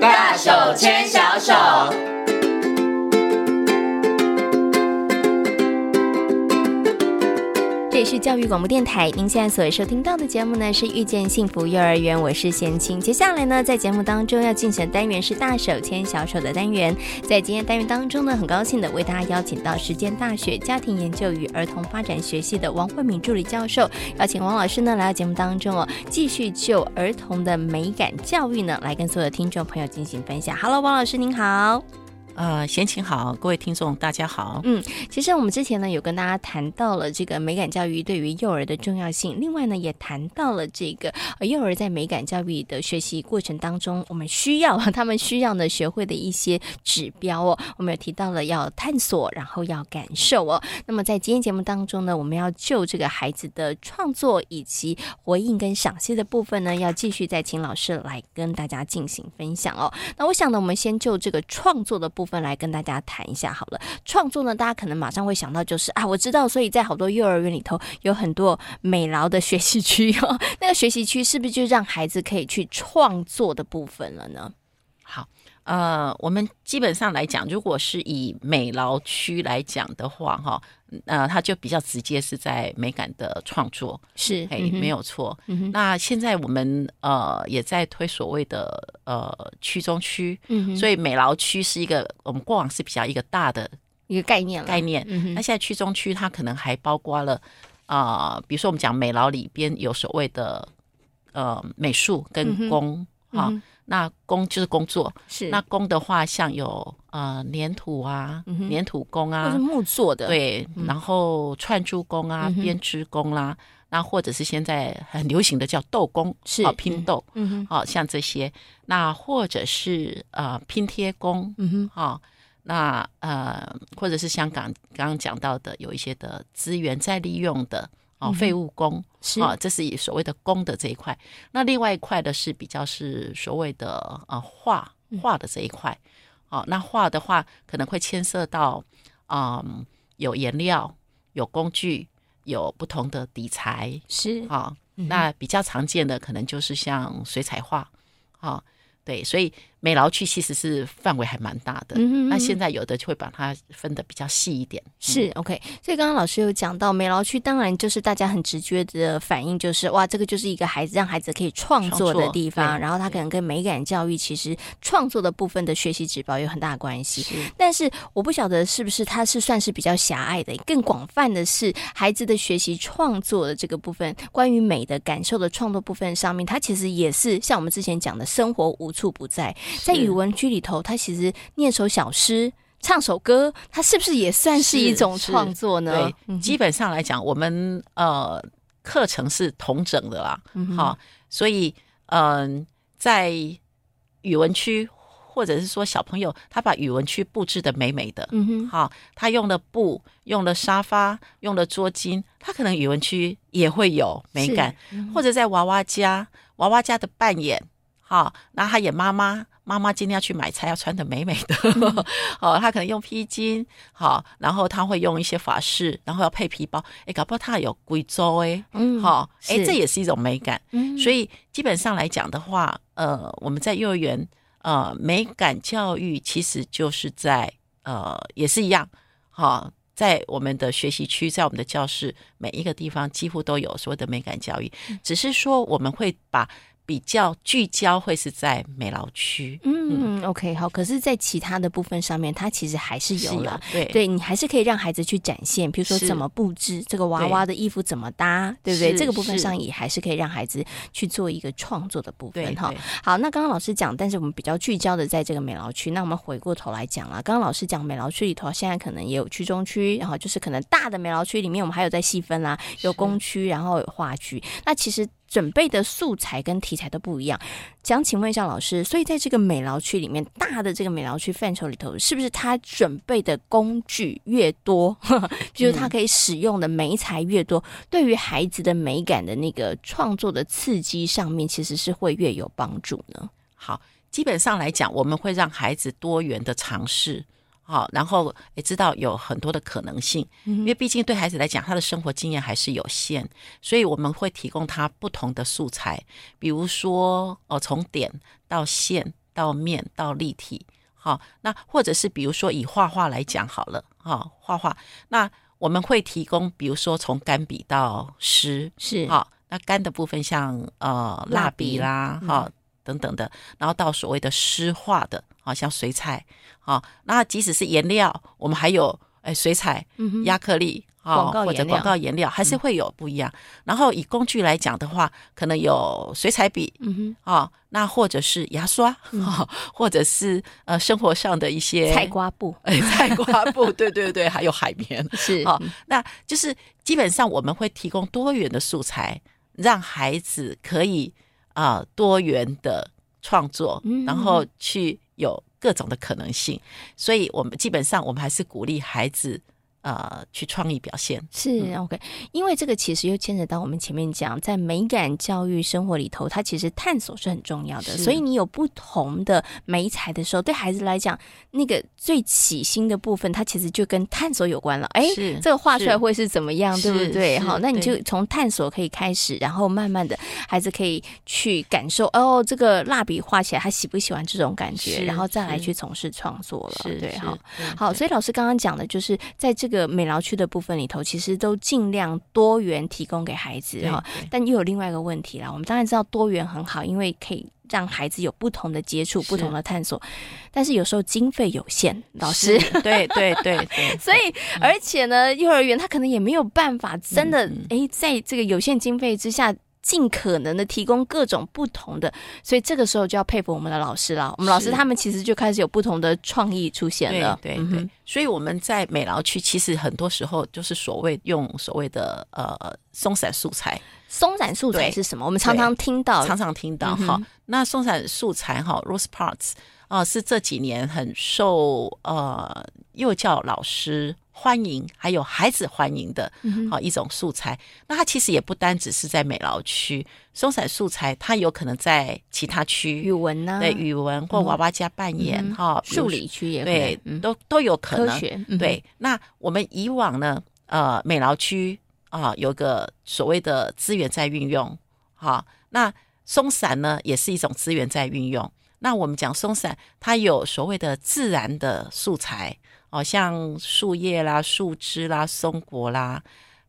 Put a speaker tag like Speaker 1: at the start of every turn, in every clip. Speaker 1: 大手牵小手。
Speaker 2: 这里是教育广播电台，您现在所收听到的节目呢是《遇见幸福幼儿园》，我是贤青。接下来呢，在节目当中要竞选单元是“大手牵小手”的单元。在今天单元当中呢，很高兴的为大家邀请到实践大学家庭研究与儿童发展学系的王慧敏助理教授，邀请王老师呢来到节目当中哦，继续就儿童的美感教育呢来跟所有的听众朋友进行分享。Hello，王老师您好。
Speaker 3: 呃，闲情好，各位听众大家好。
Speaker 2: 其实我们之前呢有跟大家谈到了这个美感教育对于幼儿的重要性，另外呢也谈到了这个呃幼儿在美感教育的学习过程当中，我们需要 他们需要呢学会的一些指标哦。我们有提到了要探索，然后要感受哦。那么在今天节目当中呢，我们要就这个孩子的创作以及回应跟赏析的部分呢，要继续再请老师来跟大家进行分享哦。那我想呢，我们先就这个创作的部分来跟大家谈一下好了。创作呢，大家可能马上会想到就是啊，我知道，所以在好多幼儿园里头有很多美劳的学习区哦。 那个学习区是不是就让孩子可以去创作的部分了呢？
Speaker 3: 呃，我们基本上来讲，如果是以美劳区来讲的话，哈，呃，它就比较直接是在美感的创作，
Speaker 2: 是，
Speaker 3: 哎、
Speaker 2: 嗯哼
Speaker 3: 没，有错。
Speaker 2: 嗯哼，
Speaker 3: 那现在我们呃也在推所谓的呃区中区，
Speaker 2: 嗯哼，
Speaker 3: 所
Speaker 2: 以
Speaker 3: 以美劳区是一个我们过往是比较一个大的
Speaker 2: 一个概念了，
Speaker 3: 概念，那
Speaker 2: 嗯哼，
Speaker 3: 现在区中区它可能还包括了啊、呃比如说我们讲美劳里边有所谓的呃美术
Speaker 2: 嗯哼
Speaker 3: 跟工哈、
Speaker 2: 嗯哼
Speaker 3: 那工就是工作，
Speaker 2: 是
Speaker 3: 那工的话像有呃粘土啊
Speaker 2: 嗯哼，
Speaker 3: 粘、土工
Speaker 2: 或
Speaker 3: 啊
Speaker 2: 是，木做的，，
Speaker 3: 对，然后串珠工啊
Speaker 2: 嗯，哼
Speaker 3: 编、织工啦、那或者是现在很流行的叫豆工，
Speaker 2: 是
Speaker 3: 啊拼豆，
Speaker 2: 嗯哼，
Speaker 3: 好、像这些，那或者是呃拼贴工，
Speaker 2: 嗯哼，
Speaker 3: 啊、那呃，或者是香港刚刚讲到的有一些的资源再利用的哦，废物工
Speaker 2: 是，
Speaker 3: 啊、这是以所谓的工的这一块。那另外一块的是比较是所谓的呃画画的这一块，哦，那画的话可能会牵涉到嗯有颜料、有工具、有不同的底材，
Speaker 2: 是，
Speaker 3: 啊、
Speaker 2: 嗯哼
Speaker 3: 那比较常见的可能就是像水彩画，啊、对，所以美劳区其实是范围还蛮大的。
Speaker 2: 嗯哼
Speaker 3: 那现
Speaker 2: 在。
Speaker 3: 在有的就会把它分的比较细一点，嗯
Speaker 2: 是 OK，所以刚刚老师有讲到美劳区，当然就是大家很直觉的反应就是哇，这个就是一个孩子让孩子可以创作的地
Speaker 3: 创
Speaker 2: 方，
Speaker 3: 作对
Speaker 2: 然后他可能跟美感教育其实创作的部分的学习指标有很大的关系。
Speaker 3: 是
Speaker 2: 但是我不晓得是不是它是算是比较狭隘的，更广泛的是孩子的学习创作的这个部分，关于美的感受的创作部分上面，它其实也是像我们之前讲的，生活无处不在，在
Speaker 3: 是
Speaker 2: 语文区里头，他其实念首小诗。唱首歌，它是不是也算是一
Speaker 3: 是
Speaker 2: 种
Speaker 3: 是
Speaker 2: 创作呢嗯
Speaker 3: 对？，基本上来讲，我们呃课程是同整的啦，好、
Speaker 2: 嗯
Speaker 3: 所以嗯、在语文区或者是说小朋友他把语文区布置的美美的，
Speaker 2: 嗯哼，
Speaker 3: 好、他用了布，用了沙发，用了桌巾，他可能语文区也会有美感，
Speaker 2: 嗯
Speaker 3: 或者在娃娃家，娃娃家的扮演，好、那他演妈妈，妈妈今天要去买菜，要穿的美美的，
Speaker 2: 嗯
Speaker 3: 哦，他可能用披巾，好、然后他会用一些法式，然后要配皮包，哎，搞不好他有贵州哎，
Speaker 2: 嗯
Speaker 3: 好、诶
Speaker 2: 是
Speaker 3: 这也是一种美感，
Speaker 2: 嗯
Speaker 3: 所以基本上来讲的话，呃，我们在幼儿园，呃，美感教育其实就是在呃，也是一样，好、在我们的学习区，在我们的教室，每一个地方几乎都有所谓的美感教育，
Speaker 2: 嗯
Speaker 3: 只是说我们会把比较聚焦会是在美劳区，
Speaker 2: 嗯，OK，好。可是，在其他的部分上面，它其实还是
Speaker 3: 是
Speaker 2: 有
Speaker 3: 有
Speaker 2: 了。
Speaker 3: 对
Speaker 2: 对你还是可以让孩子去展现，比如说
Speaker 3: 是
Speaker 2: 怎么布置这个娃娃的衣服怎么搭，对不对？
Speaker 3: 是
Speaker 2: 这个部分
Speaker 3: 是
Speaker 2: 上也还是可以让孩子去做一个创作的部分
Speaker 3: 对
Speaker 2: 哈
Speaker 3: 对。
Speaker 2: 好，那刚刚老师讲，但是我们比较聚焦的在这个美劳区。那我们回过头来讲啊啦，刚刚老师讲美劳区里头，现在可能也有区中区，然后就是可能大的美劳区里面，我们还有在细分啦，有
Speaker 3: 是
Speaker 2: 工区，然后有画区。那其实准备的素材跟题材都不一样。想请问一下老师，所以在这个美劳区里面，大的这个美劳区范畴里头，是不是他准备的工具越多， 比如他可以使用的媒材越多，对于孩子的美感的那个创作的刺激上面，其实是会越有帮助呢？
Speaker 3: 好，基本上来讲，我们会让孩子多元的尝试，好，然后也知道有很多的可能性，因为毕竟对孩子来讲，他的生活经验还是有限，所以我们会提供他不同的素材，比如说哦，从点到线。到面到立体。好、那或者是比如说以画画来讲好了，哈、画画，那我们会提供，比如说从干笔到湿，
Speaker 2: 是
Speaker 3: 好、那干的部分像呃
Speaker 2: 蜡
Speaker 3: 蜡笔
Speaker 2: 笔
Speaker 3: 啦，
Speaker 2: 嗯
Speaker 3: 哈、等等的，然后到所谓的湿画的，好、像水彩，好、那即使是颜料，我们还有哎水彩、
Speaker 2: 嗯哼
Speaker 3: 亚克力。
Speaker 2: 广
Speaker 3: 啊，
Speaker 2: 告
Speaker 3: 或者
Speaker 2: 颜
Speaker 3: 广
Speaker 2: 料嗯
Speaker 3: 告颜料还是会有不一样。然后以工具来讲的话，可能有水彩笔，
Speaker 2: 嗯哼，
Speaker 3: 啊、那或者是牙刷， 哈，或者是呃生活上的一些
Speaker 2: 嗯菜，瓜布
Speaker 3: 哎，菜瓜布，对对对，还有海绵，
Speaker 2: 是
Speaker 3: 好、那就是基本上我们会提供多元的素材，让孩子可以啊、多元的创作，
Speaker 2: 嗯
Speaker 3: 然后去有各种的可能性。所以我们基本上我们还是鼓励孩子呃去创意表现。
Speaker 2: 是 OK，因为这个其实又牵扯到我们前面讲，在美感教育生活里头，它其实探索是很重要的。
Speaker 3: 是
Speaker 2: 所以你有不同的美材的时候，对孩子来讲，那个最起心的部分，它其实就跟探索有关了。哎，
Speaker 3: 是
Speaker 2: 这个画出来
Speaker 3: 是
Speaker 2: 会是怎么样，对
Speaker 3: 是
Speaker 2: 不对？
Speaker 3: 是
Speaker 2: 好，那你就
Speaker 3: 对
Speaker 2: 从探索可以开始，然后慢慢的，孩子可以去感受哦，这个蜡笔画起来，他喜不喜欢这种感觉，
Speaker 3: 是
Speaker 2: 然后再来
Speaker 3: 是
Speaker 2: 去从事创作了。
Speaker 3: 是
Speaker 2: 对，
Speaker 3: 是
Speaker 2: 好。
Speaker 3: 对
Speaker 2: 好，
Speaker 3: 对
Speaker 2: 所以老师刚刚讲的就是在这个美劳区的部分里头，其实都尽量多元提供给孩子
Speaker 3: 对
Speaker 2: 哈。
Speaker 3: 对
Speaker 2: 但又有另外一个问题啦，我们当然知道多元很好，因为可以让孩子有不同的接触、
Speaker 3: 是
Speaker 2: 不同的探索。但是有时候经费有限，老
Speaker 3: 是
Speaker 2: 师，
Speaker 3: 对对 对对，
Speaker 2: 所以而且呢，幼儿园他可能也没有办法真的
Speaker 3: 嗯
Speaker 2: 诶，在这个有限经费之下。尽可能的提供各种不同的，所以这个时候就要佩服我们的老师了。我们老师
Speaker 3: 是
Speaker 2: 他们其实就开始有不同的创意出现了。
Speaker 3: 对对
Speaker 2: 嗯
Speaker 3: 对、
Speaker 2: 哼
Speaker 3: 所以我们在美劳区其实很多时候就是所谓用所谓的呃松散素材，
Speaker 2: 松散素
Speaker 3: 对
Speaker 2: 材是什么？我们常常听到，
Speaker 3: 常常听到
Speaker 2: 嗯哼
Speaker 3: 哈、那松散素材哈 rose parts 啊、是这几年很受呃幼教老师欢迎，还有孩子欢迎的
Speaker 2: 嗯哼
Speaker 3: 好、一种素材。那它其实也不单只是在美劳区，松散素材它有可能在其他区
Speaker 2: 语文呐、
Speaker 3: 对语文或娃娃家扮演
Speaker 2: 嗯嗯哼
Speaker 3: 哈、比如
Speaker 2: 数理区也可
Speaker 3: 对
Speaker 2: 以，嗯，
Speaker 3: 都都有可
Speaker 2: 科
Speaker 3: 能。
Speaker 2: 学，嗯，
Speaker 3: 对，那我们以往呢，呃，美劳区啊、有个所谓的资源在运用，哈、那松散呢也是一种资源在运用。那我们讲松散，它有所谓的自然的素材，哦，像树叶啦、树枝啦、松果啦、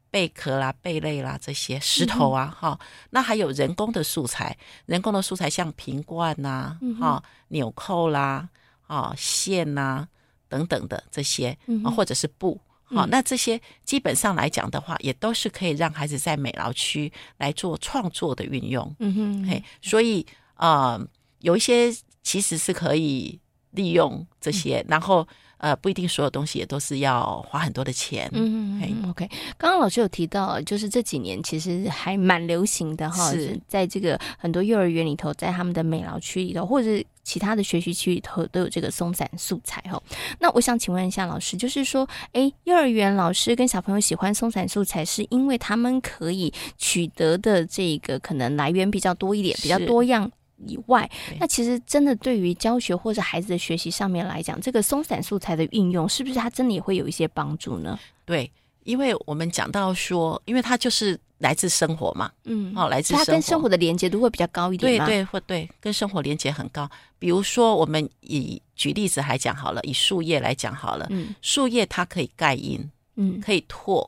Speaker 3: 贝壳啦、贝类啦这些石头啊，哈、那还有人工的素材，人工的素材像瓶罐呐、
Speaker 2: 嗯哼
Speaker 3: 哈、纽扣啦、啊、线呐、等等的这些，
Speaker 2: 嗯
Speaker 3: 啊，
Speaker 2: 哼
Speaker 3: 或者是布。好、
Speaker 2: 嗯
Speaker 3: 那这些基本上来讲的话，也都是可以让孩子在美劳区来做创作的运用。
Speaker 2: 嗯哼，
Speaker 3: 嘿，所以呃，有一些其实是可以利用这些，
Speaker 2: 嗯
Speaker 3: 然后呃，不一定所有东西也都是要花很多的钱。
Speaker 2: 嗯
Speaker 3: 嘿
Speaker 2: 嗯，OK。刚刚老师有提到，就是这几年其实还蛮流行的哈，
Speaker 3: 是
Speaker 2: 在这个很多幼儿园里头，在他们的美劳区里头，或者是其他的学习区里头，都有这个松散素材哈。那我想请问一下老师，就是说，诶，幼儿园老师跟小朋友喜欢松散素材，是因为他们可以取得的这个可能来源比较多一点，比较
Speaker 3: 是
Speaker 2: 多样。以外
Speaker 3: 对，
Speaker 2: 那其实真的对于教学或者孩子的学习上面来讲，这个松散素材的运用，是不是它真的也会有一些帮助呢？
Speaker 3: 对，因为我们讲到说，因为它就是来自生活嘛，
Speaker 2: 嗯
Speaker 3: 哦，来自
Speaker 2: 所以它跟
Speaker 3: 生
Speaker 2: 生活的连接度会比较高一点
Speaker 3: 对
Speaker 2: 吗？
Speaker 3: 对，或对，跟生活连接很高。比如说，我们以举例子来讲好了，以树叶来讲好了，
Speaker 2: 嗯
Speaker 3: 树叶它可以盖印，
Speaker 2: 嗯
Speaker 3: 可以拓；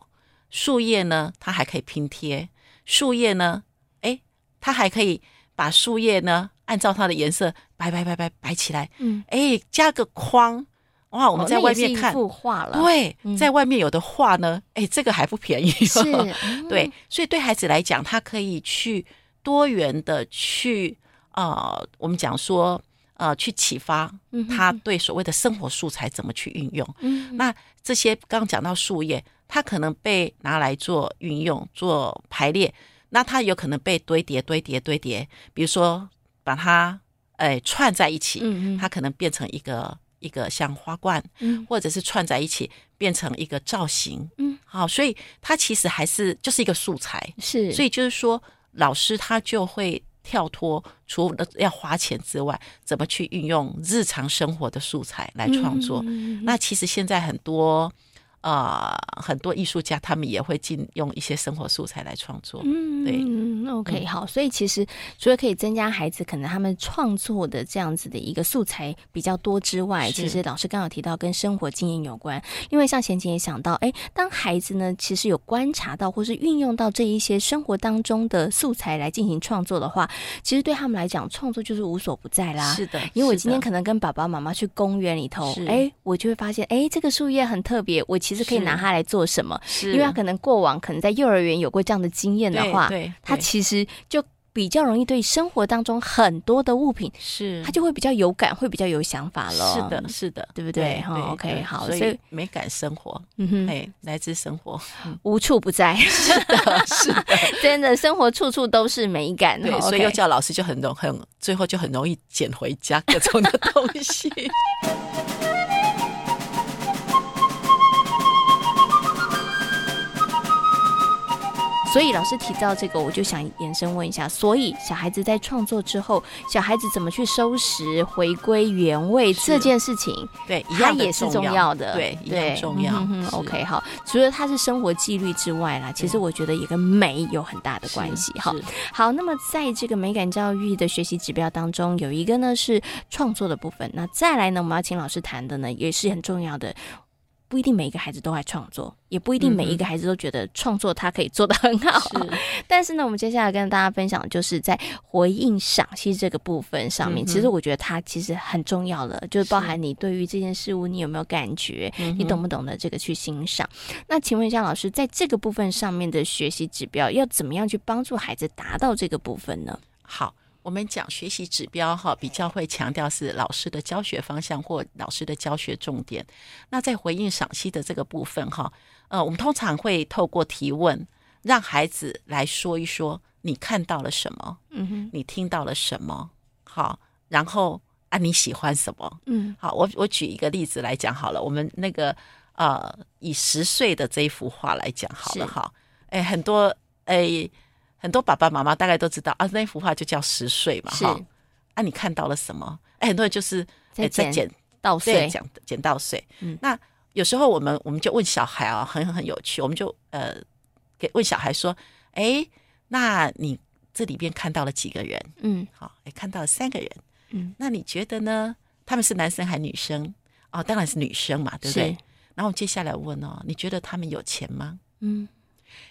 Speaker 3: 树叶呢，它还可以拼贴；树叶呢，诶，它还可以把树叶呢按照它的颜色摆摆摆摆摆起来，
Speaker 2: 嗯，
Speaker 3: 诶，加个框，哇，我们
Speaker 2: 哦
Speaker 3: 在
Speaker 2: 那
Speaker 3: 外
Speaker 2: 也是
Speaker 3: 面
Speaker 2: 一
Speaker 3: 看，
Speaker 2: 幅画了，
Speaker 3: 对
Speaker 2: 嗯，
Speaker 3: 在外面有的画呢，诶，这个还不便宜、
Speaker 2: 是
Speaker 3: 哦，，
Speaker 2: 嗯
Speaker 3: 对，所以对孩子来讲，他可以去多元的去呃，我们讲说呃，去启发
Speaker 2: 嗯哼
Speaker 3: 他对所谓的生活素材怎么去运用。
Speaker 2: 嗯
Speaker 3: 那这些刚刚讲到树叶，它可能被拿来做运用、做排列，那它有可能被堆叠、堆叠、堆叠，比如说把它哎串在一起，
Speaker 2: 嗯嗯，
Speaker 3: 它可能变成一个一个像花冠，
Speaker 2: 嗯
Speaker 3: 或者是串在一起变成一个造型。
Speaker 2: 嗯，
Speaker 3: 好，所以它其实还是就是一个素材，
Speaker 2: 是，
Speaker 3: 所
Speaker 2: 以
Speaker 3: 以就是说老师他就会。跳脱除了要花钱之外，怎么
Speaker 2: 嗯
Speaker 3: 去运用日常生活的素材来创作？那其实现在很多呃很多艺术家他们也会进用一些生活素材来创作。
Speaker 2: 嗯，
Speaker 3: 对
Speaker 2: 嗯，OK，
Speaker 3: 嗯
Speaker 2: 好，所以其实除了可以增加孩子可能他们创作的这样子的一个素材比较多之外，
Speaker 3: 是
Speaker 2: 其实老师刚好提到跟生活经验有关，因为像贤琴也想到，哎，当孩子呢其实有观察到或是运用到这一些生活当中的素材来进行创作的话，其实对他们来讲，创作就是无所不在啦。
Speaker 3: 是的，
Speaker 2: 因为我
Speaker 3: 是
Speaker 2: 今天
Speaker 3: 的
Speaker 2: 可能跟爸爸妈妈去公园里头
Speaker 3: 是，
Speaker 2: 哎，我就会发现，哎，这个树叶很特别，我其实可以
Speaker 3: 是
Speaker 2: 拿它来做什么？
Speaker 3: 是
Speaker 2: 因为他可能过往可能在幼儿园有过这样的经验的
Speaker 3: 对
Speaker 2: 话，
Speaker 3: 对，
Speaker 2: 他
Speaker 3: 对
Speaker 2: 其实就比较容易对生活当中很多的物品，
Speaker 3: 是
Speaker 2: 他就会比较有感，会比较有想法
Speaker 3: 嗯
Speaker 2: 了。
Speaker 3: 是的，，是的，
Speaker 2: 对不对哈，OK，好
Speaker 3: 所
Speaker 2: 所
Speaker 3: 以
Speaker 2: 以
Speaker 3: 美感生活，
Speaker 2: 嗯哼，
Speaker 3: 哎，来自生活，
Speaker 2: 无处不在，
Speaker 3: 是的，哦
Speaker 2: 真的生活处处都是美感。
Speaker 3: 对，
Speaker 2: 哈
Speaker 3: 所以
Speaker 2: OK
Speaker 3: 幼教老师就很容很，最后就很容易捡回家各种的东西。
Speaker 2: 所以老师提到这个，我就想延伸问一下，所以小孩子在创作之后，小孩子怎么去收拾、回归原位
Speaker 3: 是
Speaker 2: 这件事情，
Speaker 3: 对，一
Speaker 2: 它
Speaker 3: 样的
Speaker 2: 也是重
Speaker 3: 重
Speaker 2: 要的，
Speaker 3: 对，一样重要。
Speaker 2: 嗯哼哼
Speaker 3: 是
Speaker 2: OK，好，除了它是生活纪律之外啦，其实
Speaker 3: 对
Speaker 2: 我觉得也跟美有很大的
Speaker 3: 是
Speaker 2: 关系。哈，
Speaker 3: 是
Speaker 2: 好，那么在这个美感教育的学习指标当中，有一个呢是创作的部分，那再来呢，我们要请老师谈的呢也是很重要的。不一定每一个孩子都爱创作，也不一定每一个孩子都觉得创作他可以做得很好。
Speaker 3: 嗯是
Speaker 2: 但是呢，我们接下来跟大家分享，就是在回应赏析这个部分上面，
Speaker 3: 嗯哼
Speaker 2: 其实我觉得它其实很重要了，就是包
Speaker 3: 是
Speaker 2: 含你对于这件事物你有没有感觉，
Speaker 3: 嗯
Speaker 2: 你
Speaker 3: 哼
Speaker 2: 懂不懂得这个去欣赏。那请问一下老师，在这个部分上面的学习指标，要怎么样去帮助孩子达到这个部分呢？
Speaker 3: 好。我们讲学习指标哈，比较会强调是老师的教学方向或老师的教学重点。那在回应赏析的这个部分哈，呃，我们通常会透过提问，让孩子来说一说你看到了什么，
Speaker 2: 嗯哼，
Speaker 3: 你听到了什么，好，然后啊你喜欢什么？
Speaker 2: 嗯
Speaker 3: 好，我我举一个例子来讲好了，我们那个呃，以十岁的这一幅画来讲好了
Speaker 2: 是
Speaker 3: 哈，哎，很多哎很多爸爸妈妈大概都知道啊，那幅画就叫十岁嘛
Speaker 2: 是
Speaker 3: 哈，啊，你看到了什么？哎，很多人就是
Speaker 2: 在
Speaker 3: 哎在
Speaker 2: 剪
Speaker 3: 剪
Speaker 2: 稻
Speaker 3: 对
Speaker 2: 穗，
Speaker 3: 讲剪稻穗
Speaker 2: 嗯，
Speaker 3: 那有时候我们我们就问小孩啊，很很有趣，我们就呃给问小孩说，哎，那你这里边看到了几个人？
Speaker 2: 嗯
Speaker 3: 好，哎，看到了三个人。
Speaker 2: 嗯，
Speaker 3: 那你觉得呢？他们是男生还女生？哦，当然是女生嘛，对不对
Speaker 2: 是？
Speaker 3: 然后我接下来问哦，你觉得他们有钱吗？
Speaker 2: 嗯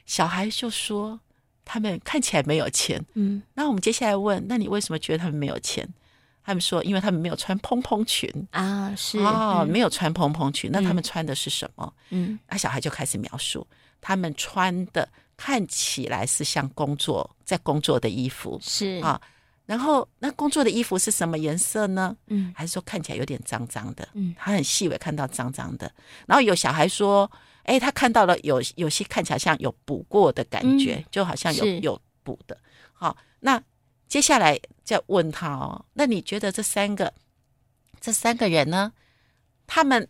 Speaker 3: 小孩就说他们看起来没有钱。
Speaker 2: 嗯
Speaker 3: 那我们接下来问，那你为什么觉得他们没有钱？他们说，因为他们没有穿蓬蓬裙。
Speaker 2: 啊是
Speaker 3: 哦，
Speaker 2: 嗯
Speaker 3: 没有穿蓬蓬裙，那他
Speaker 2: 嗯
Speaker 3: 们穿的是什么？
Speaker 2: 嗯
Speaker 3: 那小孩就开始描述，他们穿的看起来是像工作在工作的衣服
Speaker 2: 是
Speaker 3: 啊。然后那工作的衣服是什么颜色呢？
Speaker 2: 嗯
Speaker 3: 还是说看起来有点脏脏的？
Speaker 2: 嗯
Speaker 3: 他很细微看到脏脏的。然后有小孩说，哎，他看到了有有些看起来像有补过的感觉，就好像有
Speaker 2: 嗯是
Speaker 3: 有补的。好，那接下来再问他哦，那你觉得这三个这三个人呢，他们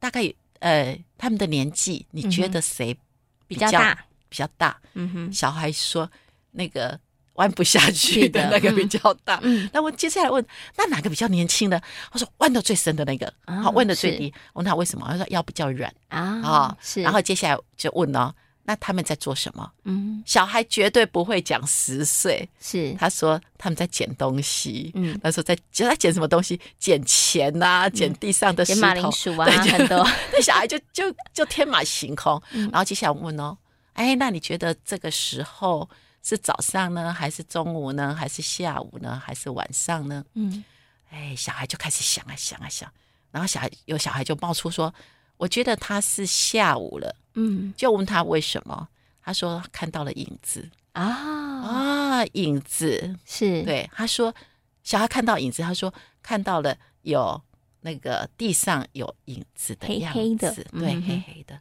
Speaker 3: 大概呃他们的年纪，你觉得谁比
Speaker 2: 嗯比较大，
Speaker 3: 比较大？
Speaker 2: 嗯哼
Speaker 3: 小孩说那个弯不下去
Speaker 2: 是的
Speaker 3: 的那个比
Speaker 2: 嗯
Speaker 3: 较大。
Speaker 2: 嗯
Speaker 3: 那我接下来问，那哪个比较年轻呢？他说弯的最深的那个，
Speaker 2: 啊
Speaker 3: 好弯的最
Speaker 2: 是
Speaker 3: 低。哦我问他为什么？他说腰比较软。
Speaker 2: 啊
Speaker 3: 哦
Speaker 2: 是
Speaker 3: 然后接下来就问哦，那他们在做什么？
Speaker 2: 嗯
Speaker 3: 小孩绝对不会讲十岁，
Speaker 2: 是
Speaker 3: 他说他们在捡东西。
Speaker 2: 嗯
Speaker 3: 他说在捡在捡什么东西？捡钱呐、捡地上的石
Speaker 2: 捡
Speaker 3: 头。
Speaker 2: 马铃薯 啊
Speaker 3: 对就
Speaker 2: 很多
Speaker 3: 那小孩就就就天马行空。
Speaker 2: 嗯
Speaker 3: 然后接下来我问哦，哎，那你觉得这个时候是早上呢，还是中午呢，还是下午呢，还是晚上呢？
Speaker 2: 嗯
Speaker 3: 哎，小孩就开始想啊想啊想，然后小孩有小孩就冒出说，我觉得他是下午了，
Speaker 2: 嗯
Speaker 3: 就问他为什么。他说看到了影子
Speaker 2: 啊
Speaker 3: 啊，影子。
Speaker 2: 是
Speaker 3: 对，他说小孩看到影子，他说看到了有那个地上有影子的
Speaker 2: 黑
Speaker 3: 样子，
Speaker 2: 黑的
Speaker 3: 对，
Speaker 2: 嗯哼嗯
Speaker 3: 黑黑的。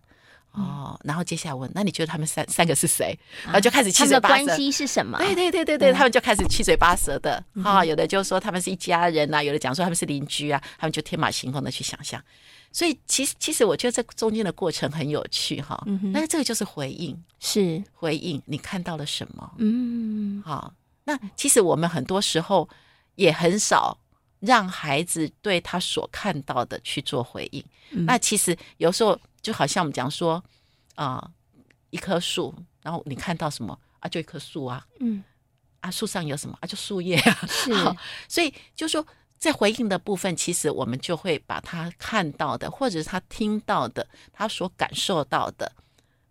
Speaker 3: 哦，然后接下来问，那你觉得他们三三个是谁？
Speaker 2: 啊
Speaker 3: 然后就开始
Speaker 2: 他
Speaker 3: 七
Speaker 2: 们
Speaker 3: 嘴
Speaker 2: 的
Speaker 3: 八
Speaker 2: 关
Speaker 3: 舌。
Speaker 2: 系是什么？
Speaker 3: 对对对对对，
Speaker 2: 嗯
Speaker 3: 他们就开始七嘴八舌的，哈、有的就说他们是一家人啊呐、有的讲说他们是邻居啊，他们就天马行空的去想象。所以其实其实我觉得这中间的过程很有趣哈，
Speaker 2: 嗯哼
Speaker 3: 但是这个就是回应，
Speaker 2: 是
Speaker 3: 回应你看到了什么，
Speaker 2: 嗯
Speaker 3: 好，那其实我们很多时候也很少让孩子对他所看到的去做回应。
Speaker 2: 嗯
Speaker 3: 那其实有时候就好像我们讲说，啊、一棵树，然后你看到什么啊，就一棵树啊，
Speaker 2: 嗯
Speaker 3: 啊，树上有什么啊，就树叶啊，
Speaker 2: 是
Speaker 3: 好所以就说在回应的部分，其实我们就会把他看到的，或者是他听到的，他所感受到的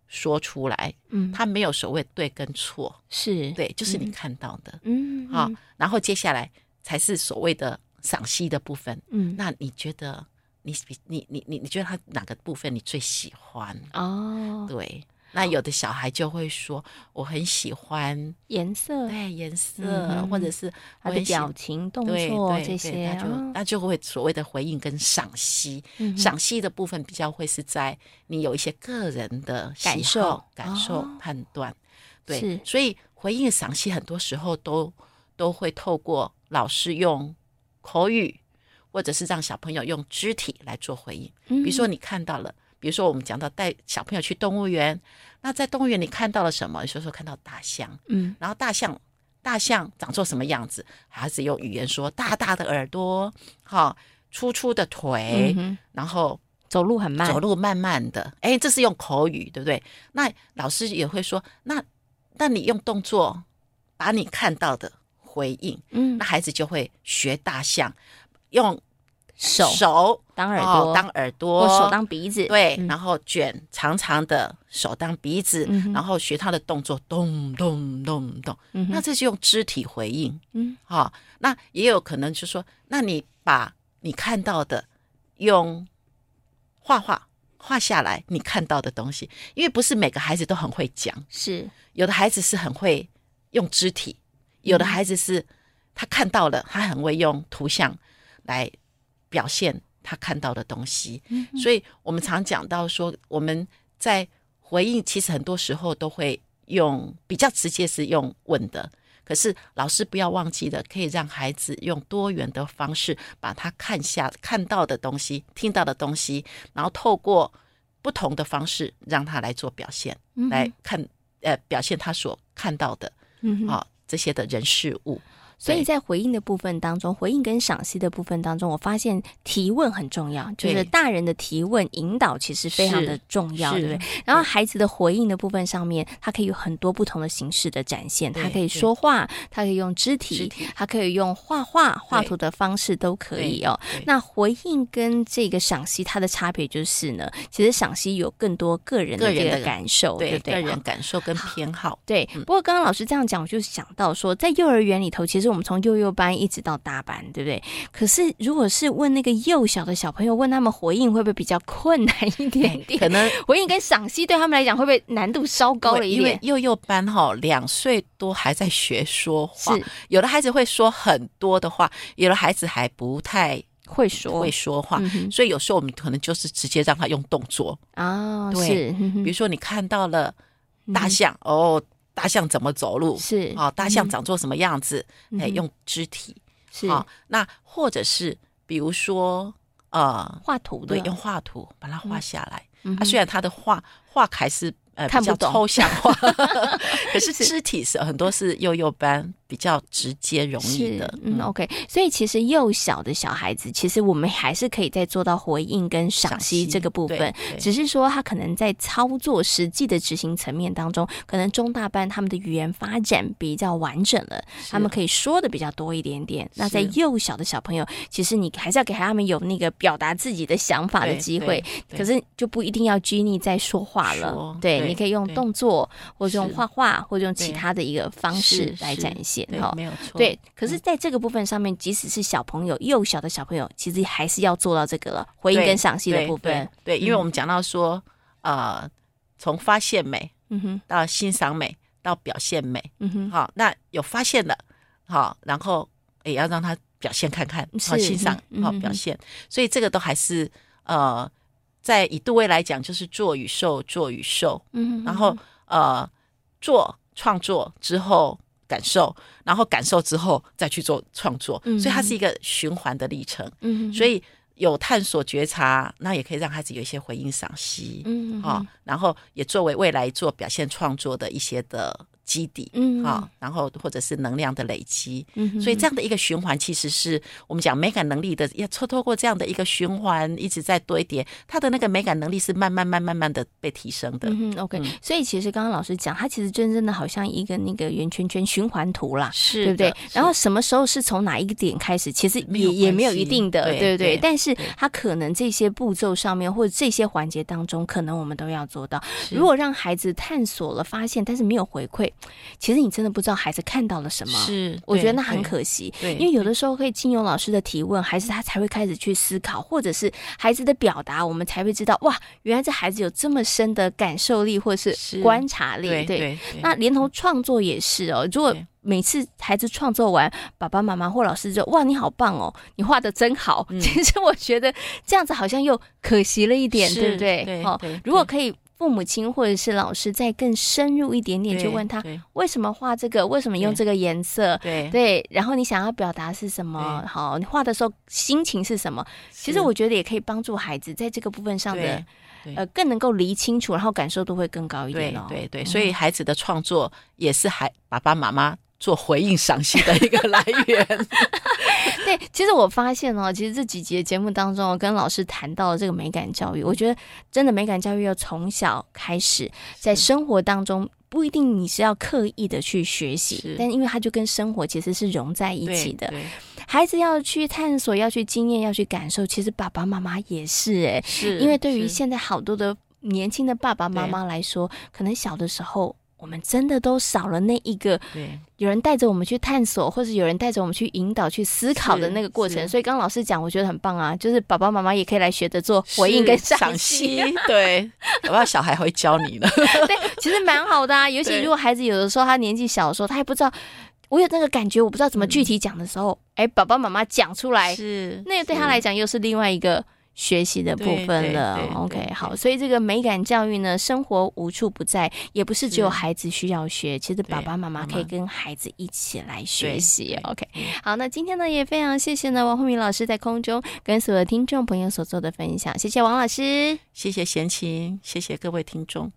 Speaker 3: 说出来。
Speaker 2: 嗯
Speaker 3: 他没有所谓对跟错，
Speaker 2: 是
Speaker 3: 对，就是你看到的
Speaker 2: 嗯
Speaker 3: 啊、然后接下来才是所谓的赏析的部分。
Speaker 2: 嗯
Speaker 3: 那你觉得你比你你你你觉得他哪个部分你最喜欢？
Speaker 2: 哦
Speaker 3: 对。那有的小孩就会说，我很喜欢
Speaker 2: 颜色
Speaker 3: 对颜色，
Speaker 2: 嗯哼
Speaker 3: 或者是我
Speaker 2: 他的
Speaker 3: 很喜
Speaker 2: 表情动
Speaker 3: 对
Speaker 2: 作
Speaker 3: 对
Speaker 2: 这
Speaker 3: 对，
Speaker 2: 些
Speaker 3: 那就
Speaker 2: 啊
Speaker 3: 那就会所谓的回应跟赏析。
Speaker 2: 嗯哼
Speaker 3: 赏析的部分比较会是在你有一些个人的喜
Speaker 2: 感受
Speaker 3: 好感受、
Speaker 2: 哦
Speaker 3: 判断，
Speaker 2: 是
Speaker 3: 对，所以回应赏析很多时候都都会透过老师用口语，或者是让小朋友用肢体来做回应。
Speaker 2: 嗯
Speaker 3: 比如说你看到了，比如说我们讲到带小朋友去动物园，那在动物园你看到了什么？有时候看到大象，
Speaker 2: 嗯
Speaker 3: 然后大象。大象长作什么样子？孩子用语言说：大大的耳朵，哈、粗粗的腿，
Speaker 2: 嗯哼
Speaker 3: 然后
Speaker 2: 走路很慢
Speaker 3: 哎走路慢慢的，哎，这是用口语，对不对？那老师也会说，那那你用动作把你看到的回应，
Speaker 2: 嗯
Speaker 3: 那孩子就会学大象，用
Speaker 2: 手
Speaker 3: 手
Speaker 2: 当耳
Speaker 3: 哦
Speaker 2: 朵
Speaker 3: 当耳朵，
Speaker 2: 或手当鼻子
Speaker 3: 对，
Speaker 2: 嗯
Speaker 3: 然后卷长长的手当鼻子，
Speaker 2: 嗯哼
Speaker 3: 然后学他的动作，咚咚咚咚，
Speaker 2: 嗯哼
Speaker 3: 那这是用肢体回应。
Speaker 2: 嗯
Speaker 3: 哈、那也有可能就说，那你把你看到的用画画画下来，你看到的东西，因为不是每个孩子都很会讲，
Speaker 2: 是
Speaker 3: 有的孩子是很会用肢体，有的
Speaker 2: 嗯
Speaker 3: 孩子是他看到了，他很会用图像来表现他看到的东西。
Speaker 2: 嗯哼
Speaker 3: 所以我们常讲到说，我们在回应，其实很多时候都会用比较直接是用问的。可是老师不要忘记了，可以让孩子用多元的方式，把他看下看到的东西、听到的东西，然后透过不同的方式让他来做表现，
Speaker 2: 嗯哼
Speaker 3: 来看呃表现他所看到的
Speaker 2: 嗯哼
Speaker 3: 啊、这些的人事物。
Speaker 2: 所以
Speaker 3: 对
Speaker 2: 在回应的部分当中，回应跟赏析的部分当中，我发现提问很重要，就是
Speaker 3: 对
Speaker 2: 大人的提问引导其实非常的重要，
Speaker 3: 是
Speaker 2: 对不对？然后孩子的回应的部分上面，他可以有很多不同的形式的展现，
Speaker 3: 对
Speaker 2: 他可以说话，他可以用肢
Speaker 3: 肢
Speaker 2: 体，
Speaker 3: 体
Speaker 2: 他可以用画画、画图的方式都可以哦。
Speaker 3: 对对
Speaker 2: 那回应跟这个赏析它的差别就是呢，其实赏析有更多个人的
Speaker 3: 个人
Speaker 2: 这
Speaker 3: 的
Speaker 2: 个感受，对
Speaker 3: 对
Speaker 2: 不对？哦
Speaker 3: 个人感受跟偏好，
Speaker 2: 对，不过刚刚老师这样讲，我就想到说，在幼儿园里头，其实我们从幼幼班一直到大班，对不对？可是如果是问那个幼小的小朋友，问他们回应，会不会比较困难一点 点？
Speaker 3: 可能
Speaker 2: 回应跟赏析对他们来讲，会不会难度稍高了
Speaker 3: 对
Speaker 2: 一
Speaker 3: 因为
Speaker 2: 点？
Speaker 3: 幼幼班哈、两岁多还在学说话
Speaker 2: 是，
Speaker 3: 有的孩子会说很多的话，有的孩子还不太
Speaker 2: 会说
Speaker 3: 会说话，
Speaker 2: 嗯哼
Speaker 3: 所以有时候我们可能就是直接让他用动作，
Speaker 2: 啊，
Speaker 3: 对
Speaker 2: 是，嗯哼
Speaker 3: 比如说你看到了大
Speaker 2: 嗯
Speaker 3: 象，哦，大象怎么走路？
Speaker 2: 是
Speaker 3: 哦，大象长做什么样子？
Speaker 2: 嗯
Speaker 3: 哎、
Speaker 2: 哼
Speaker 3: 用肢体。
Speaker 2: 是
Speaker 3: 哦，那或者是比如说，呃，
Speaker 2: 画图的，
Speaker 3: 对，用画图把它画下来。
Speaker 2: 啊嗯
Speaker 3: 啊，
Speaker 2: 哼
Speaker 3: 虽然他的画画还是呃
Speaker 2: 看
Speaker 3: 比
Speaker 2: 不
Speaker 3: 较
Speaker 2: 懂
Speaker 3: 抽象 化，可是肢体是很多是幼幼班比较直接容易
Speaker 2: 是
Speaker 3: 的。
Speaker 2: 嗯，OK。所以其实幼小的小孩子，其实我们还是可以再做到回应跟赏
Speaker 3: 赏
Speaker 2: 析
Speaker 3: 析
Speaker 2: 这个部
Speaker 3: 对
Speaker 2: 分，
Speaker 3: 对
Speaker 2: 只是说他可能在操作实际的执行层面当中，可能中大班他们的语言发展比较完整了，他们可以说的比较多一点点。那在
Speaker 3: 是
Speaker 2: 幼小的小朋友，其实你还是要给他们有那个表达自己的想法的
Speaker 3: 对
Speaker 2: 机
Speaker 3: 对
Speaker 2: 会，
Speaker 3: 对
Speaker 2: 可是就不一定要拘泥在说话了
Speaker 3: 说。
Speaker 2: 对，
Speaker 3: 对
Speaker 2: 你可以用
Speaker 3: 对
Speaker 2: 动作，或者用
Speaker 3: 是
Speaker 2: 画画，或者用其
Speaker 3: 对
Speaker 2: 他的一个方式
Speaker 3: 是
Speaker 2: 来
Speaker 3: 是
Speaker 2: 展现
Speaker 3: 对
Speaker 2: 哈，。
Speaker 3: 没有错。嗯
Speaker 2: 对，可是在这个部分上面，即使是小朋友、幼小的小朋友，其实还是要做到这个了，回应
Speaker 3: 对
Speaker 2: 跟赏析的
Speaker 3: 对
Speaker 2: 部分。嗯
Speaker 3: 对，对因为我们讲到说，呃，从发现美
Speaker 2: 嗯哼，
Speaker 3: 到欣赏美到表现美，
Speaker 2: 嗯哼，
Speaker 3: 好，那有发现了，好，然后也要让他表现看看，好
Speaker 2: 是
Speaker 3: 欣赏
Speaker 2: 嗯，
Speaker 3: 好
Speaker 2: 嗯
Speaker 3: 表
Speaker 2: 嗯
Speaker 3: 现，所以这个都还是呃，在以杜威来讲，就是做与受，做与受，
Speaker 2: 嗯哼，
Speaker 3: 然后呃，做创作之后感受，然后感受之后再去做创作，所以它是一个循环的历程，
Speaker 2: 嗯哼，
Speaker 3: 所以有探索觉察，那也可以让孩子有一些回应赏析，
Speaker 2: 嗯哼，
Speaker 3: 啊、然后也作为未来做表现创作的一些的基底，
Speaker 2: 嗯
Speaker 3: 好、然后或者是能量的累积，
Speaker 2: 嗯哼
Speaker 3: 所以这样的一个循环，其实是我们讲美感能力的，要透透过这样的一个循环，一直在堆叠，它的那个美感能力是慢慢慢慢慢的被提升的。
Speaker 2: 嗯哼，OK，
Speaker 3: 嗯
Speaker 2: 所以其实刚刚老师讲，它其实真正的好像一个那个圆圈圈循环图啦，
Speaker 3: 是
Speaker 2: 对不对
Speaker 3: 的？
Speaker 2: 然后什么时候是从哪一个点开始，其实
Speaker 3: 没
Speaker 2: 也
Speaker 3: 有
Speaker 2: 也
Speaker 3: 关
Speaker 2: 没有
Speaker 3: 系
Speaker 2: 一定的，
Speaker 3: 对
Speaker 2: 对不对？
Speaker 3: 对
Speaker 2: 但是
Speaker 3: 对
Speaker 2: 它可能这些步骤上面或者这些环节当中，可能我们都要做到。
Speaker 3: 是
Speaker 2: 如果让孩子探索了发现，但是没有回馈，其实你真的不知道孩子看到了什么。
Speaker 3: 是，
Speaker 2: 我觉得
Speaker 3: 对
Speaker 2: 那很
Speaker 3: 对
Speaker 2: 可惜，
Speaker 3: 对
Speaker 2: 因为有的时候可以经由老师的提问，孩子他才会开始去思考，或者是孩子的表达，我们才会知道哇，原来这孩子有这么深的感受力或者是
Speaker 3: 是
Speaker 2: 观察力。
Speaker 3: 对对，
Speaker 2: 那连同创作也是哦。如果
Speaker 3: 对
Speaker 2: 每次孩子创作完，爸爸妈妈或老师就哇，你好棒哦，你画的真好。
Speaker 3: 嗯
Speaker 2: 其实我觉得这样子好像又可惜了一点，对不对？
Speaker 3: 对
Speaker 2: 哦，
Speaker 3: 对
Speaker 2: 如果
Speaker 3: 对
Speaker 2: 可以，父母亲或者是老师再更深入一点点，就
Speaker 3: 对
Speaker 2: 问他
Speaker 3: 对
Speaker 2: 为什么画这个，为什么用
Speaker 3: 对
Speaker 2: 这个颜色。
Speaker 3: 对
Speaker 2: 对，然后你想要表达是什么？
Speaker 3: 对
Speaker 2: 好，你画的时候心情是什么？其实
Speaker 3: 是
Speaker 2: 我觉得也可以帮助孩子在这个部分上的
Speaker 3: 对，对
Speaker 2: 呃，更能够理清楚，然后感受度会更高一点
Speaker 3: 对
Speaker 2: 哦。
Speaker 3: 对对，所以孩子的创作也是孩爸爸妈妈做回应赏析的一个来源。
Speaker 2: 对，其实我发现哦，其实这几集的节目当中哦，跟老师谈到了这个美感教育，我觉得真的美感教育要从小开始，在生活当中不一定你是要刻意的去学习
Speaker 3: 是，
Speaker 2: 但因为它就跟生活其实是融在 一起的。
Speaker 3: 对，对
Speaker 2: 孩子要去探索，要去经验，要去感受，其实爸爸妈妈也是哎诶、
Speaker 3: 是
Speaker 2: 因为对于
Speaker 3: 是
Speaker 2: 现在好多的年轻的爸爸妈
Speaker 3: 对
Speaker 2: 妈来说，可能小的时候。我们真的都少了那一个
Speaker 3: 对
Speaker 2: 有人带着我们去探索，或是有人带着我们去引导、去思考的那个过程。
Speaker 3: 是
Speaker 2: 所以刚刚老师讲，我觉得很棒啊，就是爸爸妈妈也可以来学着做回应
Speaker 3: 是
Speaker 2: 跟赏
Speaker 3: 赏
Speaker 2: 析，
Speaker 3: 析，对，搞不好小孩会教你呢。
Speaker 2: 对，其实蛮好的啊。尤其
Speaker 3: 对
Speaker 2: 如果孩子有的时候他年纪小的时候，他还不知道，我有那个感觉，我不知道怎么
Speaker 3: 嗯
Speaker 2: 具体讲的时候，哎、爸爸妈妈讲出来，
Speaker 3: 是
Speaker 2: 那个对他
Speaker 3: 是
Speaker 2: 来讲又是另外一个学习的部分了
Speaker 3: 对对。对
Speaker 2: OK，
Speaker 3: 对
Speaker 2: 好，所以这个美感教育呢，生活无处不在，也不是只有孩子需要学，其实爸爸妈妈
Speaker 3: 妈妈
Speaker 2: 可以跟孩子一起来学
Speaker 3: 对
Speaker 2: 习
Speaker 3: 对。嗯
Speaker 2: OK，好，那今天呢也非常谢谢呢王慧敏老师在空中跟所有听众朋友所做的分享，谢谢王老师。
Speaker 3: 谢谢贤琴，谢谢各位听众。